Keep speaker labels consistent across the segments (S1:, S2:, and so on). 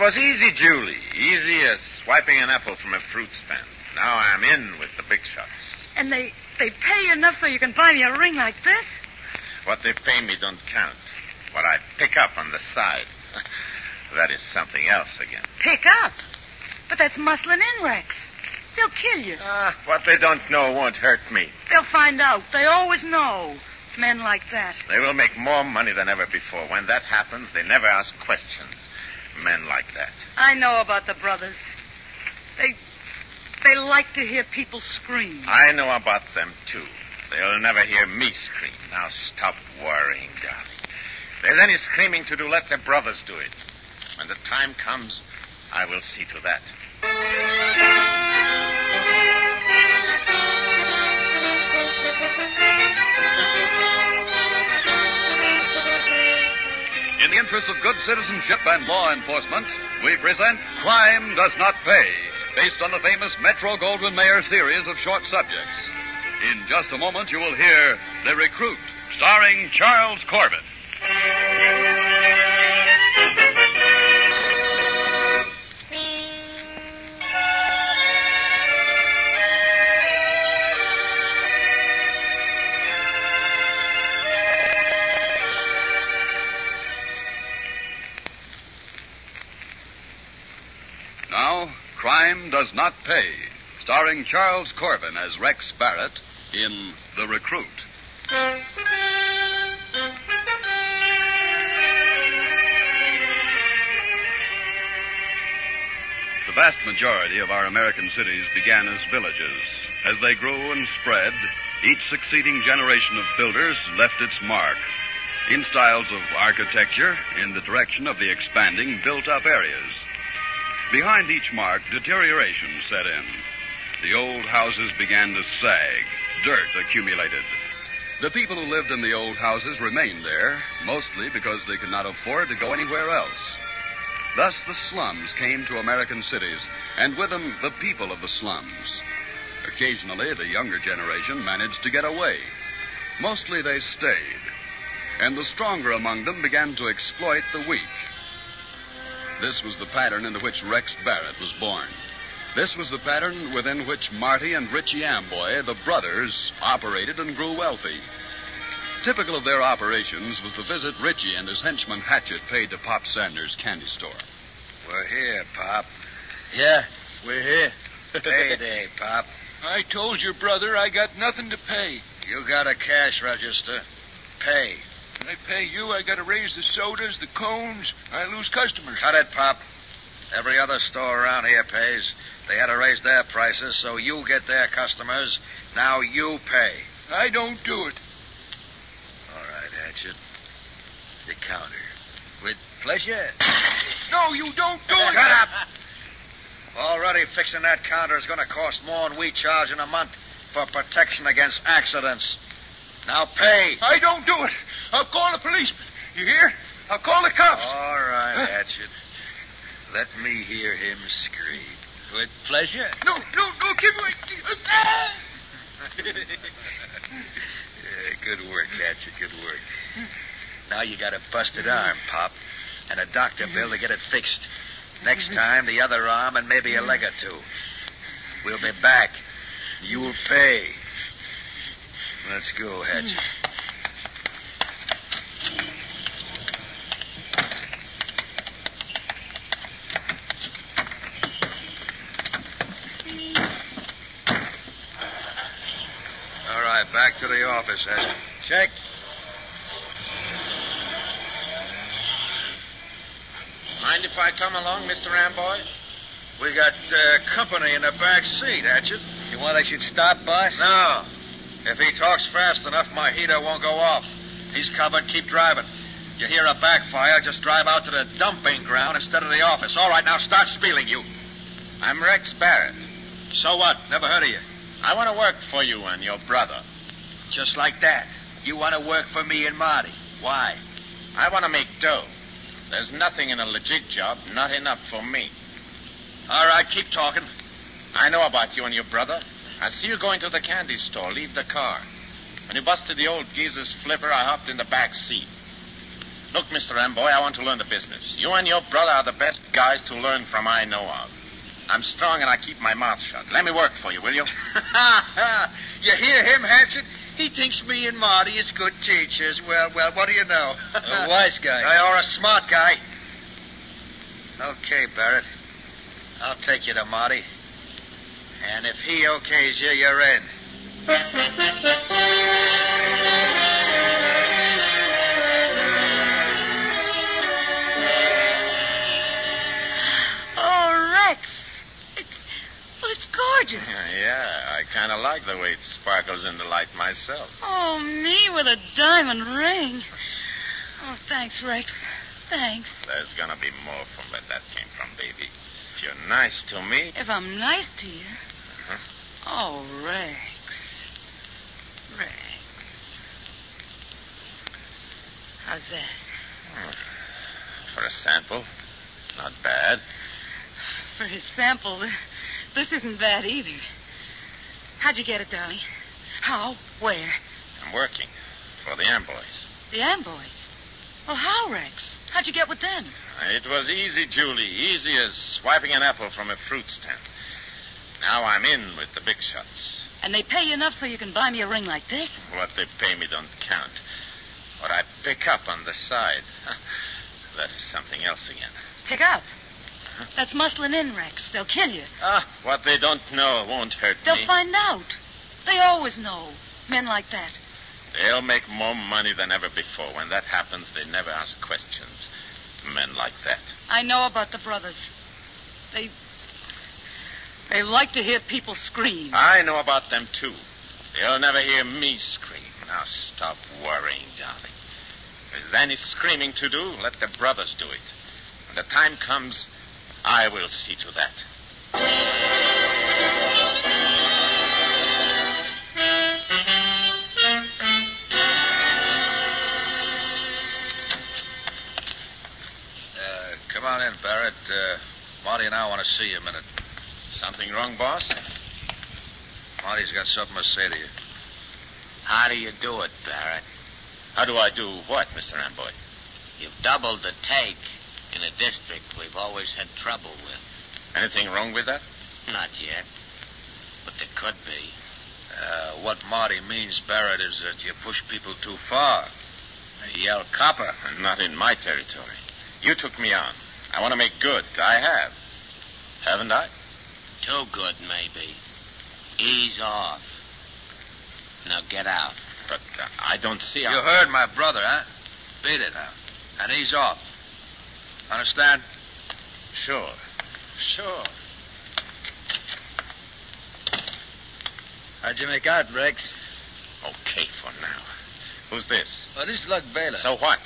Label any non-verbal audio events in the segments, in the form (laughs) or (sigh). S1: was easy, Julie. Easy as swiping an apple from a fruit stand. Now I'm in with the big shots.
S2: And they, they pay you enough so you can buy me a ring like this?
S1: What they pay me don't count. What I pick up on the side, (laughs) that is something else again.
S2: Pick up. But that's muscling in, Rex. They'll kill you.
S1: Ah, what they don't know won't hurt me.
S2: They'll find out. They always know. Men like that.
S1: They will make more money than ever before. When that happens, they never ask questions. Men like that.
S2: I know about the brothers. They they like to hear people scream.
S1: I know about them, too. They'll never hear me scream. Now stop worrying, darling. If there's any screaming to do, let the brothers do it. When the time comes, I will see to that.
S3: In the interest of good citizenship and law enforcement, we present Crime Does Not Pay, based on the famous Metro Goldwyn Mayer series of short subjects. In just a moment, you will hear The Recruit, starring Charles Corbett. Now, Crime Does Not Pay, starring Charles Corbin as Rex Barrett in The Recruit. The vast majority of our American cities began as villages. As they grew and spread, each succeeding generation of builders left its mark in styles of architecture in the direction of the expanding built up areas. Behind each mark, deterioration set in. The old houses began to sag, dirt accumulated. The people who lived in the old houses remained there, mostly because they could not afford to go anywhere else. Thus, the slums came to American cities, and with them, the people of the slums. Occasionally, the younger generation managed to get away. Mostly, they stayed. And the stronger among them began to exploit the weak. This was the pattern into which Rex Barrett was born. This was the pattern within which Marty and Richie Amboy, the brothers, operated and grew wealthy. Typical of their operations was the visit Richie and his henchman Hatchet paid to Pop Sanders' candy store.
S4: We're here, Pop.
S5: Yeah, we're here.
S4: Payday, (laughs) Pop.
S6: I told your brother I got nothing to pay.
S4: You got a cash register. Pay.
S6: When I pay you, I gotta raise the sodas, the cones. I lose customers.
S4: Cut it, Pop. Every other store around here pays. They had to raise their prices, so you get their customers. Now you pay.
S6: I don't do it.
S4: All right, Hatchet. The counter.
S5: With pleasure.
S6: No, you don't do it.
S4: Shut up! Already fixing that counter is going to cost more than we charge in a month for protection against accidents. Now pay.
S6: I don't do it. I'll call the policeman. You hear? I'll call the cops.
S4: All right, Hatchet. Let me hear him scream.
S5: With pleasure.
S6: No, no, no, give me. Ah!
S4: Yeah, good work, Hatchet. Good work. Now you got a busted arm, Pop, and a doctor bill to get it fixed. Next time, the other arm and maybe a leg or two. We'll be back. You'll pay. Let's go, Hatchet. All right, back to the office, Hatchet. Check.
S1: Mind if I come along, Mr. Amboy?
S4: We got uh, company in the back seat, Hatchet.
S5: You want I should stop, boss?
S4: No. If he talks fast enough, my heater won't go off. He's covered. Keep driving. You hear a backfire, just drive out to the dumping ground instead of the office. All right, now start spieling, you.
S1: I'm Rex Barrett.
S4: So what? Never heard of you.
S1: I want to work for you and your brother.
S4: Just like that. You want to work for me and Marty. Why?
S1: I want to make dough. There's nothing in a legit job, not enough for me.
S4: All right, keep talking.
S1: I know about you and your brother. I see you going to the candy store. Leave the car. When you busted the old geezer's flipper, I hopped in the back seat. Look, Mr. Amboy, I want to learn the business. You and your brother are the best guys to learn from I know of. I'm strong and I keep my mouth shut. Let me work for you, will you?
S4: you hear him, Hatchet? He thinks me and Marty is good teachers. Well, well, what do you know?
S5: A wise guy.
S4: You're a smart guy. Okay, Barrett. I'll take you to Marty. And if he okays you, you're in.
S2: Oh, Rex. It's, well, it's gorgeous.
S1: (laughs) yeah, I kind of like the way it sparkles in the light myself.
S2: Oh, me with a diamond ring. Oh, thanks, Rex. Thanks.
S1: There's gonna be more from where that came from, baby. If you're nice to me,
S2: If I'm nice to you. Oh, Rex. Rex. How's that?
S1: for a sample, not bad.
S2: For his sample, (laughs) this isn't bad either. How'd you get it, darling? How? Where?
S1: I'm working for the Amboys.
S2: The Amboys. Well, how, Rex? How'd you get with them?
S1: It was easy, Julie. Easy as swiping an apple from a fruit stand. Now I'm in with the big shots.
S2: And they pay you enough so you can buy me a ring like this?
S1: What they pay me don't count. What I pick up on the side, (laughs) that is something else again.
S2: Pick up. That's muscling in, Rex. They'll kill you.
S1: Ah, what they don't know won't hurt
S2: They'll
S1: me.
S2: find out. They always know. Men like that.
S1: They'll make more money than ever before. When that happens, they never ask questions. Men like that.
S2: I know about the brothers. They. They like to hear people scream.
S1: I know about them, too. They'll never hear me scream. Now stop worrying, darling. If there's any screaming to do, let the brothers do it. When the time comes, I will see to that.
S4: Uh, come on in, Barrett. Uh, Marty and I want to see you a minute.
S1: Something wrong, boss?
S4: Marty's got something to say to you.
S1: How do you do it, Barrett? How do I do what, Mr. Amboy?
S7: You've doubled the take in a district we've always had trouble with.
S1: Anything wrong with that?
S7: Not yet, but there could be.
S4: Uh, what Marty means, Barrett, is that you push people too far. You yell copper.
S1: Not in my territory. You took me on. I want to make good. I have. Haven't I?
S7: Too good, maybe. Ease off. Now get out.
S1: But uh, I don't see
S4: You
S1: how.
S4: heard my brother, huh? Beat it now. And he's off. Understand?
S1: Sure. Sure.
S5: How'd you make out, Rex?
S1: Okay for now. Who's this?
S5: Well, this is Lug Baylor.
S1: So what?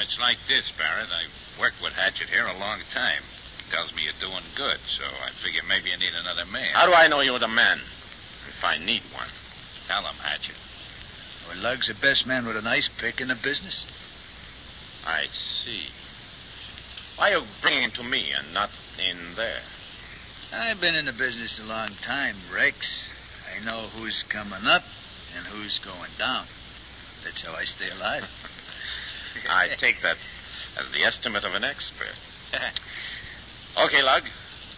S4: It's like this, Barrett. I've worked with Hatchet here a long time. Tells me you're doing good, so I figure maybe you need another man.
S1: How do I know you're the man? If I need one.
S4: Tell him, Hatchet.
S5: Well, Lug's the best man with an ice pick in the business.
S1: I see. Why are you bringing him to me and not in there?
S5: I've been in the business a long time, Rex. I know who's coming up and who's going down. That's how I stay alive.
S1: I take that as the estimate of an expert. okay, Lug.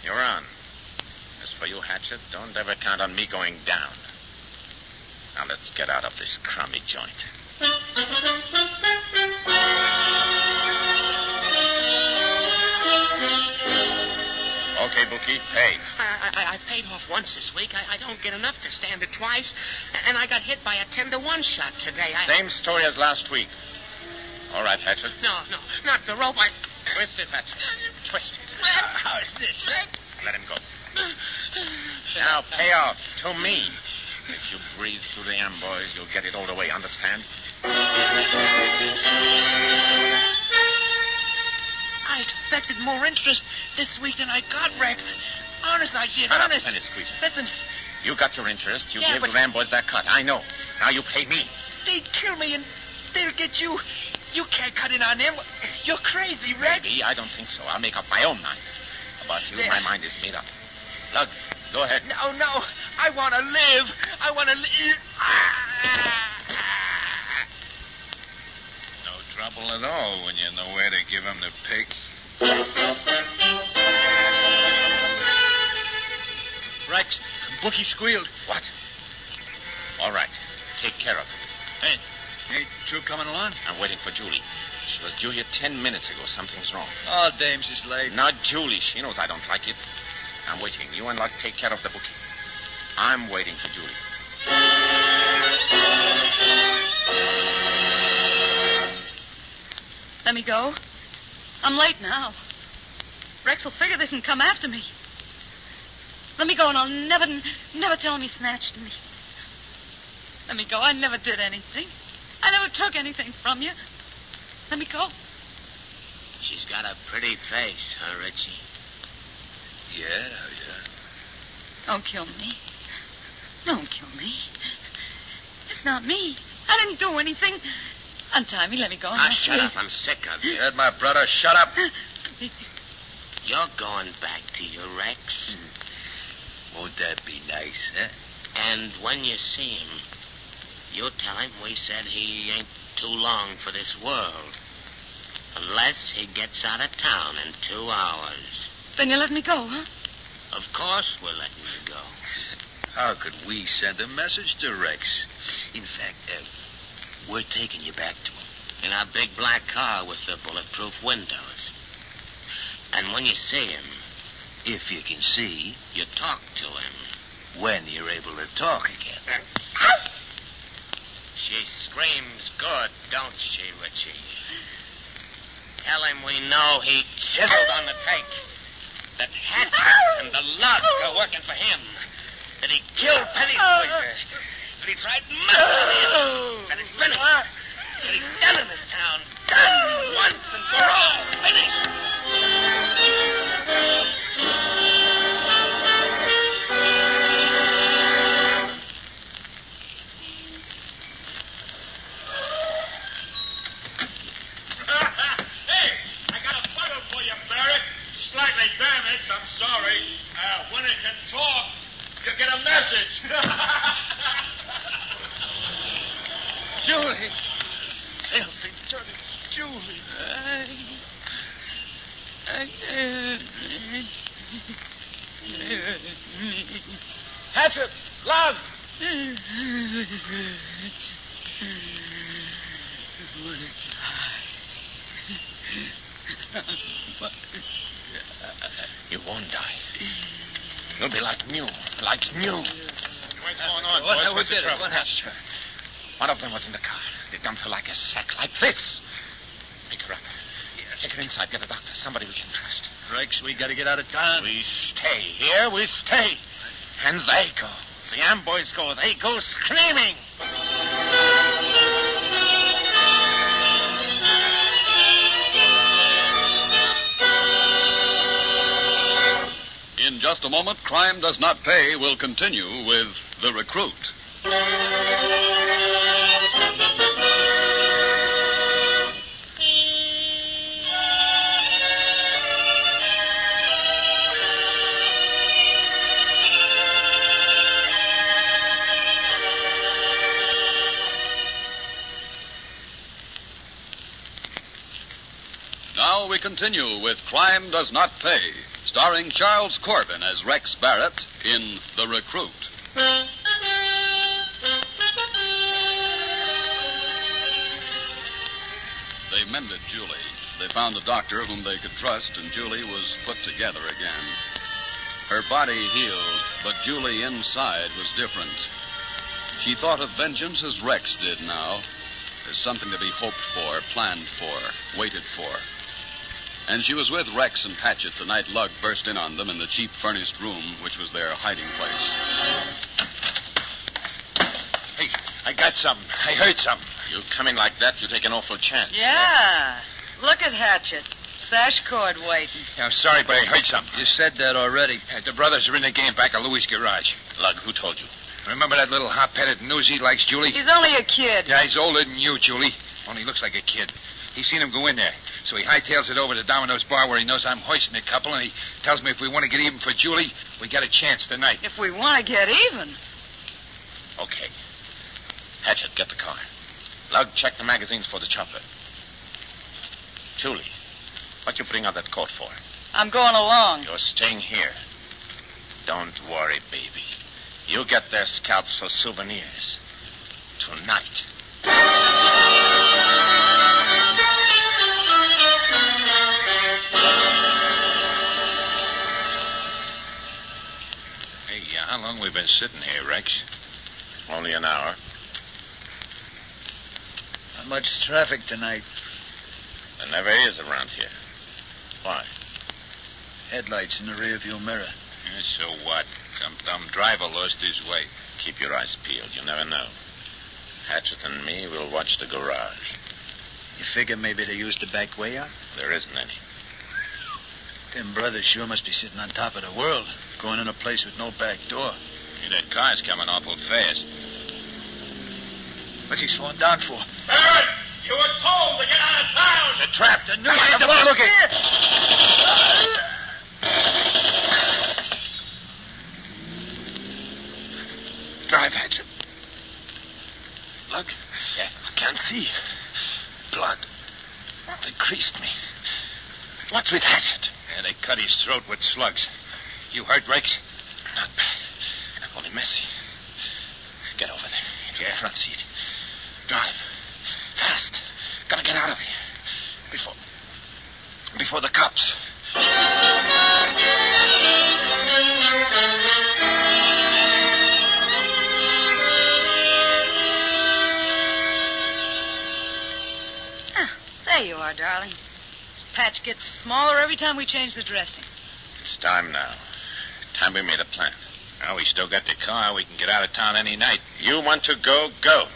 S1: You're on. As for you, Hatchet, don't ever count on me going down. Now let's get out of this crummy joint. Okay, Bookie, pay.
S7: I, I, I paid off once this week. I, I don't get enough to stand it twice. And I got hit by a 10 to 1 shot today. I,
S1: Same story as last week. All right, Hatchet.
S7: No, no, not the rope. I,
S1: Twist it, Hatchet. Twist it.
S7: how's this?
S1: Let him go. Now pay off to me. If you breathe through the amboys, you'll get it all the way, understand?
S7: I expected more interest this week than I got, Rex. Honest, I did.
S1: Shut up, Penny Squeezer.
S7: Listen,
S1: You got your interest. You
S7: Yeah,
S1: gave
S7: but-
S1: the amboys that cut. I know. Now you pay me.
S7: They'd kill me and they'll get you. You can't cut in on them. You're crazy, Rex.
S1: Maybe. I don't think so. I'll make up my own mind. About you,
S7: There.
S1: my mind is made up. Lug, go ahead.
S7: No, no. I want to live. I want to live.
S4: No trouble at all when you
S6: give him the pick.
S7: Rex, Bookie squealed.
S1: What? All right. Take care of it.
S5: Ain't True coming along?
S1: I'm waiting for Julie. She was due here ten minutes ago. Something's wrong.
S5: Oh, dames is late.
S1: Not Julie. She knows I don't like it. I'm waiting. You and Luck take care of the bookie. I'm waiting for Julie.
S2: Let me go. I'm late now. Rex will figure this and come after me. Let me go, and I'll never, never tell him he snatched me. Let me go. I never did anything. I never took anything from you. Let me go.
S7: She's got a pretty face, huh, Richie?
S6: Yeah, yeah.
S2: Don't kill me. Don't kill me. It's not me. I didn't do anything. Untie me. Let me go.
S7: Ah, shut up. I'm sick of
S4: You
S7: you.
S4: heard my brother? Shut up.
S7: You're going back to your Rex.
S5: Won't that be nice, eh? huh?
S7: And when you see him, you tell him we said he ain't too long for this world. Unless he gets out of town in two hours.
S2: Then you let me go, huh?
S7: Of course we're letting you go.
S5: How could we send a message to Rex? In fact, uh, we're taking you back to him.
S7: In our big black car with the bulletproof windows. And when you see him,
S5: If you can see
S7: you talk to him.
S5: when you're able to talk again.
S7: Uh, She screams good, don't she, Richie? Tell him we know he chiseled on the take. That Hatfield and the lug are working for him. That he killed Penny Poiser. That he tried murder. That it's finished. That he's done in this town. Done once and for all. Finished.
S8: hey, I got a bottle for you, Merrick. Slightly damaged, I'm sorry. Uh, when it can talk, you get a message.
S7: Julie. Filthy dirty Julie.
S8: Hatchet, love.
S1: You won't die. You'll be like new, like new.
S8: What's going on,
S5: What-
S8: boys?
S5: what
S8: What's the
S5: did it?
S8: trouble?
S5: What happened?
S1: One of them was in the car. They dumped her like a sack, like this. Pick her up. Take her inside. Get a doctor. Somebody we can trust.
S5: Rex, we gotta get out of town.
S1: We stay here. We stay. And they go. The Amboys go. They go screaming.
S3: In just a moment, Crime Does Not Pay will continue with The Recruit. Now we continue with Crime Does Not Pay, starring Charles Corbin as Rex Barrett in The Recruit. They mended Julie. They found a doctor whom they could trust, and Julie was put together again. Her body healed, but Julie inside was different. She thought of vengeance as Rex did now, as something to be hoped for, planned for, waited for. And she was with Rex and Hatchet the night Lug burst in on them in the cheap furnished room, which was their hiding place.
S1: I got something. I heard something. You come in like that, you take an awful chance.
S2: Yeah. Look at Hatchet. Sash cord waiting.
S1: Yeah, I'm sorry, but I heard something.
S4: You said that already.
S1: The brothers are in the game back at Louis' garage. Lug, who told you?
S4: Remember that little hot-headed newsie likes Julie?
S2: He's only a kid.
S4: Yeah, he's older than you, Julie. Only looks like a kid. He's seen him go in there. So he hightails it over to Domino's bar where he knows I'm hoisting a couple, and he tells me if we want to get even for Julie, we got a chance tonight.
S2: If we want to get even.
S1: Okay. Hatchet, get the car. Lug, check the magazines for the chopper. Julie, What you putting on that coat for?
S2: I'm going along.
S1: You're staying here. Don't worry, baby. You get their scalps for souvenirs. Tonight.
S4: Hey, uh, how long we been sitting here, Rex?
S1: Only an hour.
S5: Not much traffic tonight.
S1: There never is around here.
S5: Headlights in the rearview mirror.
S4: Yeah, Eh, so what? Some dumb driver lost his way.
S1: Keep your eyes peeled. You never know. Hatchet and me will watch the garage.
S5: You figure maybe they used the back way out?
S1: There isn't any.
S5: Them brothers sure must be sitting on top of the world, going in a place with no back door.
S4: Yeah, Eh, that car's coming awful fast.
S5: What's he slowing down for?
S8: Barrett, you were told to get out of town.
S4: It's a trap.
S5: The new the look at.
S4: Drive hatchet. Look. Yeah. I can't see. Blood. They creased me. What's with hatchet? Yeah, Eh, they cut his throat with slugs. You hurt, Rex? Not bad. Only messy. Get over there. Into the front seat. Drive. Fast. Gotta get out of here. Before. Before the cops.
S2: There you are, darling. This patch gets smaller every time we change the dressing.
S1: It's time now. Time we made a plan.
S4: Well, we still got the car. We can get out of town any night.
S1: You want to go, go.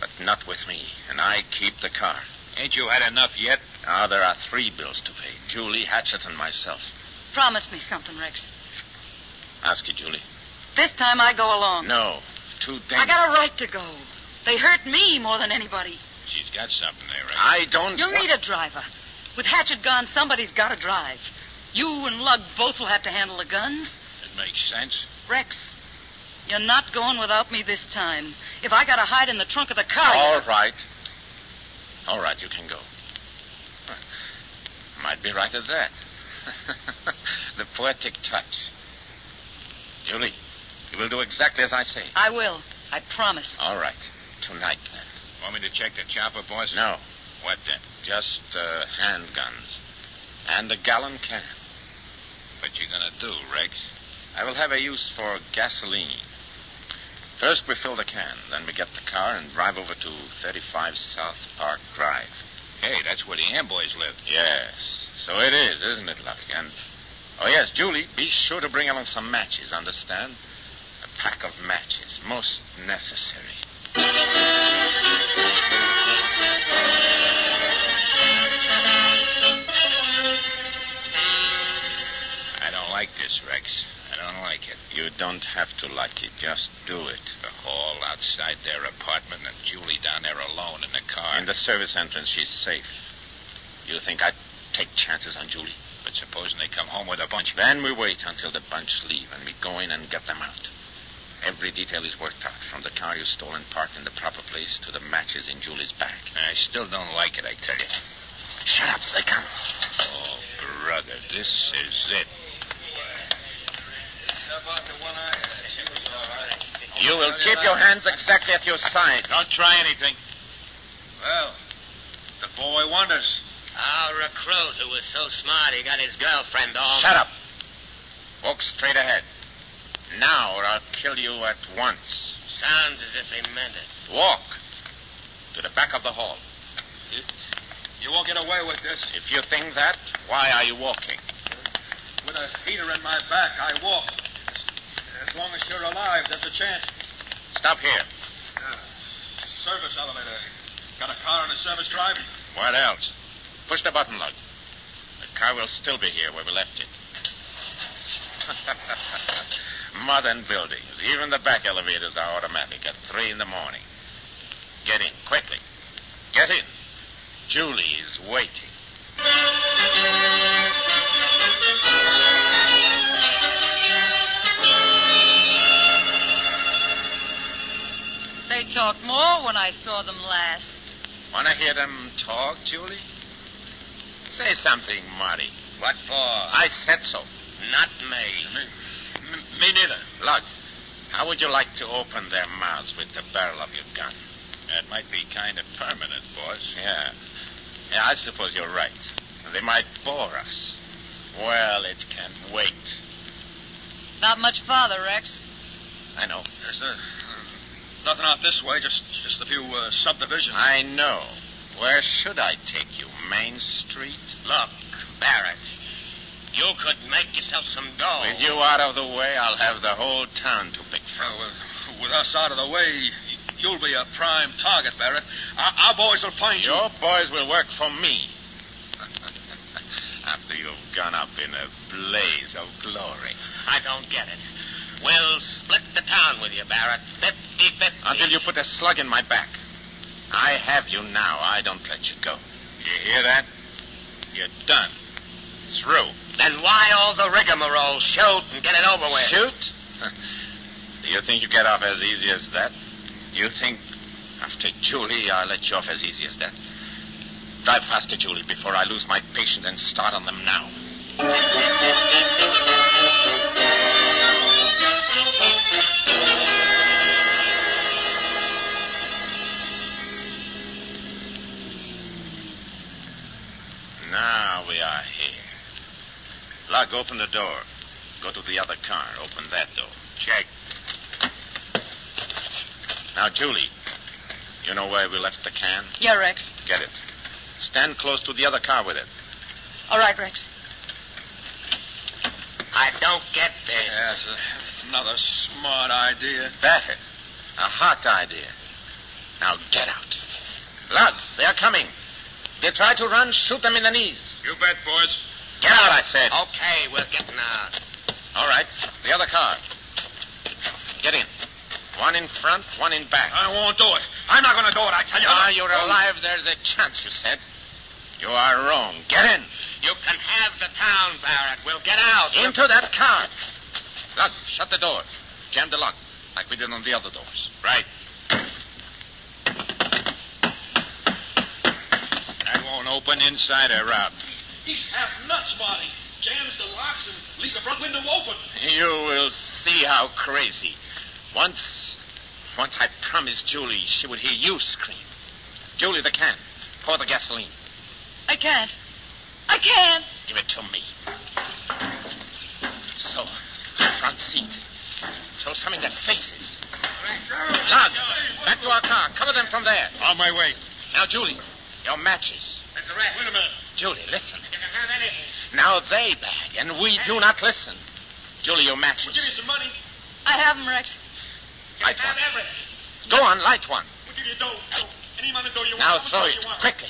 S1: But not with me, and I keep the car.
S4: Ain't you had enough yet?
S1: Now there are three bills to pay Julie, Hatchet, and myself.
S2: Promise me something, Rex.
S1: Ask you, Julie.
S2: This time I go along.
S1: No. Too dangerous.
S2: I got a right to go. They hurt me more than anybody.
S4: She's got something there, Rex.
S1: I don't.
S2: You'll
S1: want-
S2: need a driver. With Hatchet gone, somebody's got to drive. You and Lug both will have to handle the guns.
S4: It makes sense.
S2: Rex, you're not going without me this time. If I got to hide in the trunk of the car,
S1: All right. All right, you can go. Huh. Might be right at that. (laughs) the poetic touch. Julie, you will do exactly as I say.
S2: I will. I promise.
S1: All right. Tonight, then.
S4: Want me to check the chopper, boss?
S1: No,
S4: What then?
S1: just uh, handguns. And a gallon can.
S4: What you gonna do, Rex?
S1: I will have a use for gasoline. First, we fill the can. Then we get the car and drive over to 35 South Park Drive.
S4: Hey, that's where the Amboys live.
S1: Yes. So it is, isn't it, Lucky? And oh yes, Julie, be sure to bring along some matches, understand? A pack of matches, most necessary.
S4: I don't like this, Rex. I don't like it.
S1: You don't have to like it, just do it.
S4: The hall outside their apartment and Julie down there alone in the car.
S1: In the service entrance, she's safe. You think I'd take chances on Julie?
S4: But supposing they come home with a bunch.
S1: Then we wait until the bunch leave and we go in and get them out. Every detail is worked out, from the car you stole and parked in the proper place to the matches in Julie's bag.
S4: I still don't like it, I tell you.
S1: Shut up, they come.
S4: Oh, brother, this is it.
S1: You will keep your hands exactly at your side.
S4: Don't try anything.
S6: Well, the boy wonders.
S7: Our recruit who was so smart he got his girlfriend all.
S1: Shut up. Walk straight ahead. Now, or I'll kill you at once.
S7: Sounds as if he meant it.
S1: Walk to the back of the hall.
S6: You won't get away with this.
S1: If you think that, why are you walking?
S6: With a heater in my back, I walk. As long as you're alive, there's a chance.
S1: Stop here.
S6: Uh, Service elevator. Got a car in the service drive?
S1: What else? Push the button, Lug. The car will still be here where we left it. (laughs) Mud and buildings. Even the back elevators are automatic at three in the morning. Get in, quickly. Get in. Julie is waiting.
S2: They talked more when I saw them last.
S1: Wanna hear them talk, Julie? Say something, Marty.
S7: What for?
S1: I said so.
S7: Not me.
S8: Me neither.
S1: Lug, how would you like to open their mouths with the barrel of your gun?
S7: That might be kind of permanent, boss.
S1: Yeah. Yeah, I suppose you're right. They might bore us. Well, it can wait.
S2: Not much farther, Rex.
S1: I know.
S6: There's uh, nothing out this way, just just a few uh, subdivisions.
S1: I know. Where should I take you? Main Street?
S7: Look, Barrett, you could make yourself some dough.
S1: With you out of the way, I'll have the whole town to pick
S6: Uh,
S1: from.
S6: with, with us out of the way, y- you'll be a prime target, Barrett. Our, our boys will find you.
S1: Your boys will work for me. (laughs) After you've gone up in a blaze of glory.
S7: I don't get it. We'll split the town with you, Barrett. Fifty-fifty.
S1: Until you put a slug in my back. I have you now. I don't let you go. You hear that? You're done. Through.
S7: Then why all the rigmarole? Shoot and get it over with.
S1: Shoot? Do you think you get off as easy as that? You think after Julie, I'll let you off as easy as that? Drive faster, Julie, before I lose my patience and start on them now. Now we are here. Lug, open the door. Go to the other car. Open that door. Check. Now, Julie, you know where we left the can?
S2: Yeah, Rex.
S1: Get it. Stand close to the other car with it.
S2: All right, Rex.
S7: I don't get this.
S6: Yes, uh, another smart idea.
S1: Better. A hot idea. Now get out. Lug, they are coming. They try to run, shoot them in the knees.
S8: You bet, boys.
S1: Get out, I said.
S7: Okay, we're getting out.
S1: All right. The other car. Get in. One in front, one in back.
S6: I won't do it. I'm not going to do it, I tell you.
S1: Now you're alive, there's a chance, you said. You are wrong. Get in.
S7: You can have the town, Barrett. We'll get out.
S1: Into that car. Look, shut the door. Jam the lock, like we did on the other doors.
S7: Right.
S1: That won't open inside a route.
S8: He's half nuts, Marty. Jams the locks and leaves the front window open.
S1: You will see how crazy. Once, once I promised Julie she would hear you scream. Julie, the can. Pour the gasoline.
S2: I can't. I can't.
S1: Give it to me. So, front seat. Throw something that faces. Lug, back to our car. Cover them from there.
S8: On my way.
S1: Now, Julie, your matches.
S7: That's a rat.
S8: Wait a minute.
S1: Julie, listen.
S7: You can have anything.
S1: Now they bag, and we do not listen. Julie, your matches.
S8: Give me some money.
S2: I have him, Rex.
S7: You
S1: Light
S7: can have
S1: one.
S7: everything.
S1: Go on, light one.
S8: We'll give you dough. dough. Any amount of dough you
S1: Now
S8: want.
S1: throw it,
S8: You want.
S1: quickly.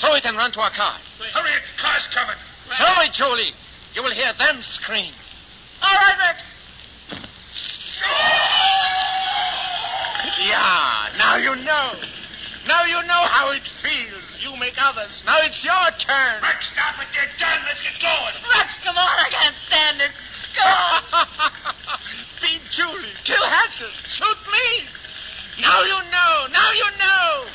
S1: Throw it and run to our car.
S8: Hurry it. Car's coming.
S1: Throw it, Julie. You will hear them scream.
S2: All right, Rex.
S1: Yeah, now you know. Now you know how it feels. You make others. Now it's your turn.
S8: Rex, stop with your gun. Let's get going.
S2: Rex, come on. I can't stand it. Come on.
S1: Beat Julie. Kill Hatson. Shoot me. Now you know. Now you know.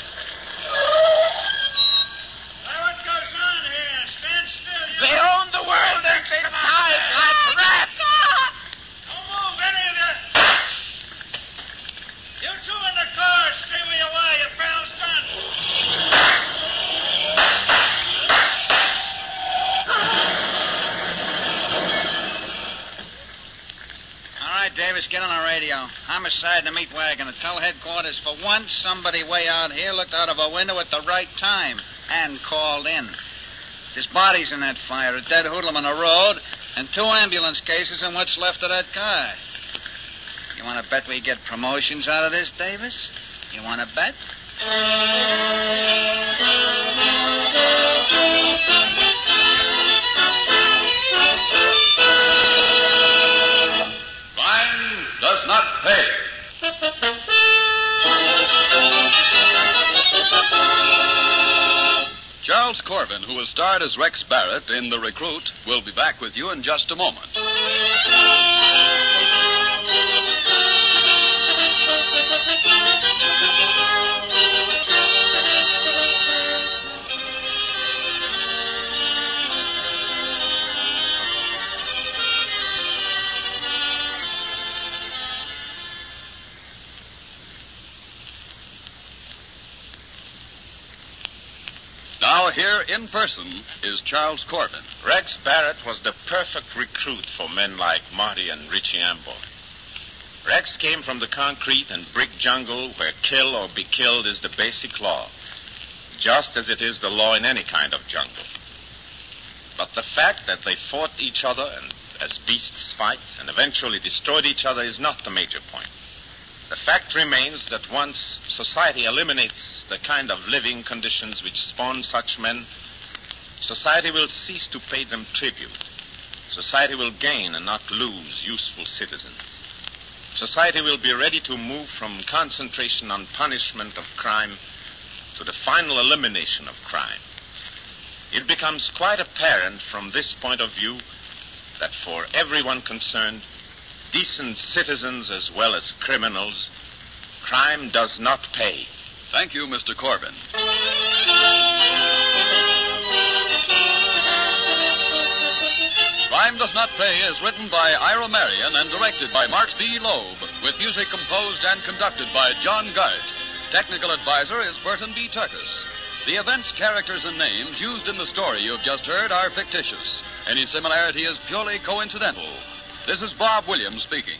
S8: Now what goes on here? Stand still. You
S1: They own the world and they died like rats.
S8: Don't move, any of you. You two in the car, stay where you are. You're bounced on.
S5: All right, Davis, get on the radio. Homicide in the meat wagon and tell headquarters for once somebody way out here looked out of a window at the right time and called in. There's bodies in that fire, a dead hoodlum on the road, and two ambulance cases and what's left of that car. You want to bet we get promotions out of this, Davis? You want to bet?
S3: Crime does not pay. Charles Corbin, who was starred as Rex Barrett in The Recruit, will be back with you in just a moment. Now, here in person is Charles Corbin.
S1: Rex Barrett was the perfect recruit for men like Marty and Richie Amboy. Rex came from the concrete and brick jungle where kill or be killed is the basic law, just as it is the law in any kind of jungle. But the fact that they fought each other and as beasts fight and eventually destroyed each other is not the major point. The fact remains that once society eliminates the kind of living conditions which spawn such men, society will cease to pay them tribute. Society will gain and not lose useful citizens. Society will be ready to move from concentration on punishment of crime to the final elimination of crime. It becomes quite apparent from this point of view that for everyone concerned, decent citizens as well as criminals, crime does not pay.
S3: Thank you, Mr. Corbin. Crime Does Not Pay is written by Ira Marion and directed by Mark D. Loeb, with music composed and conducted by John Gart. Technical advisor is Burton B. Turkus. The events, characters, and names used in the story you have just heard are fictitious. Any similarity is purely coincidental. This is Bob Williams speaking.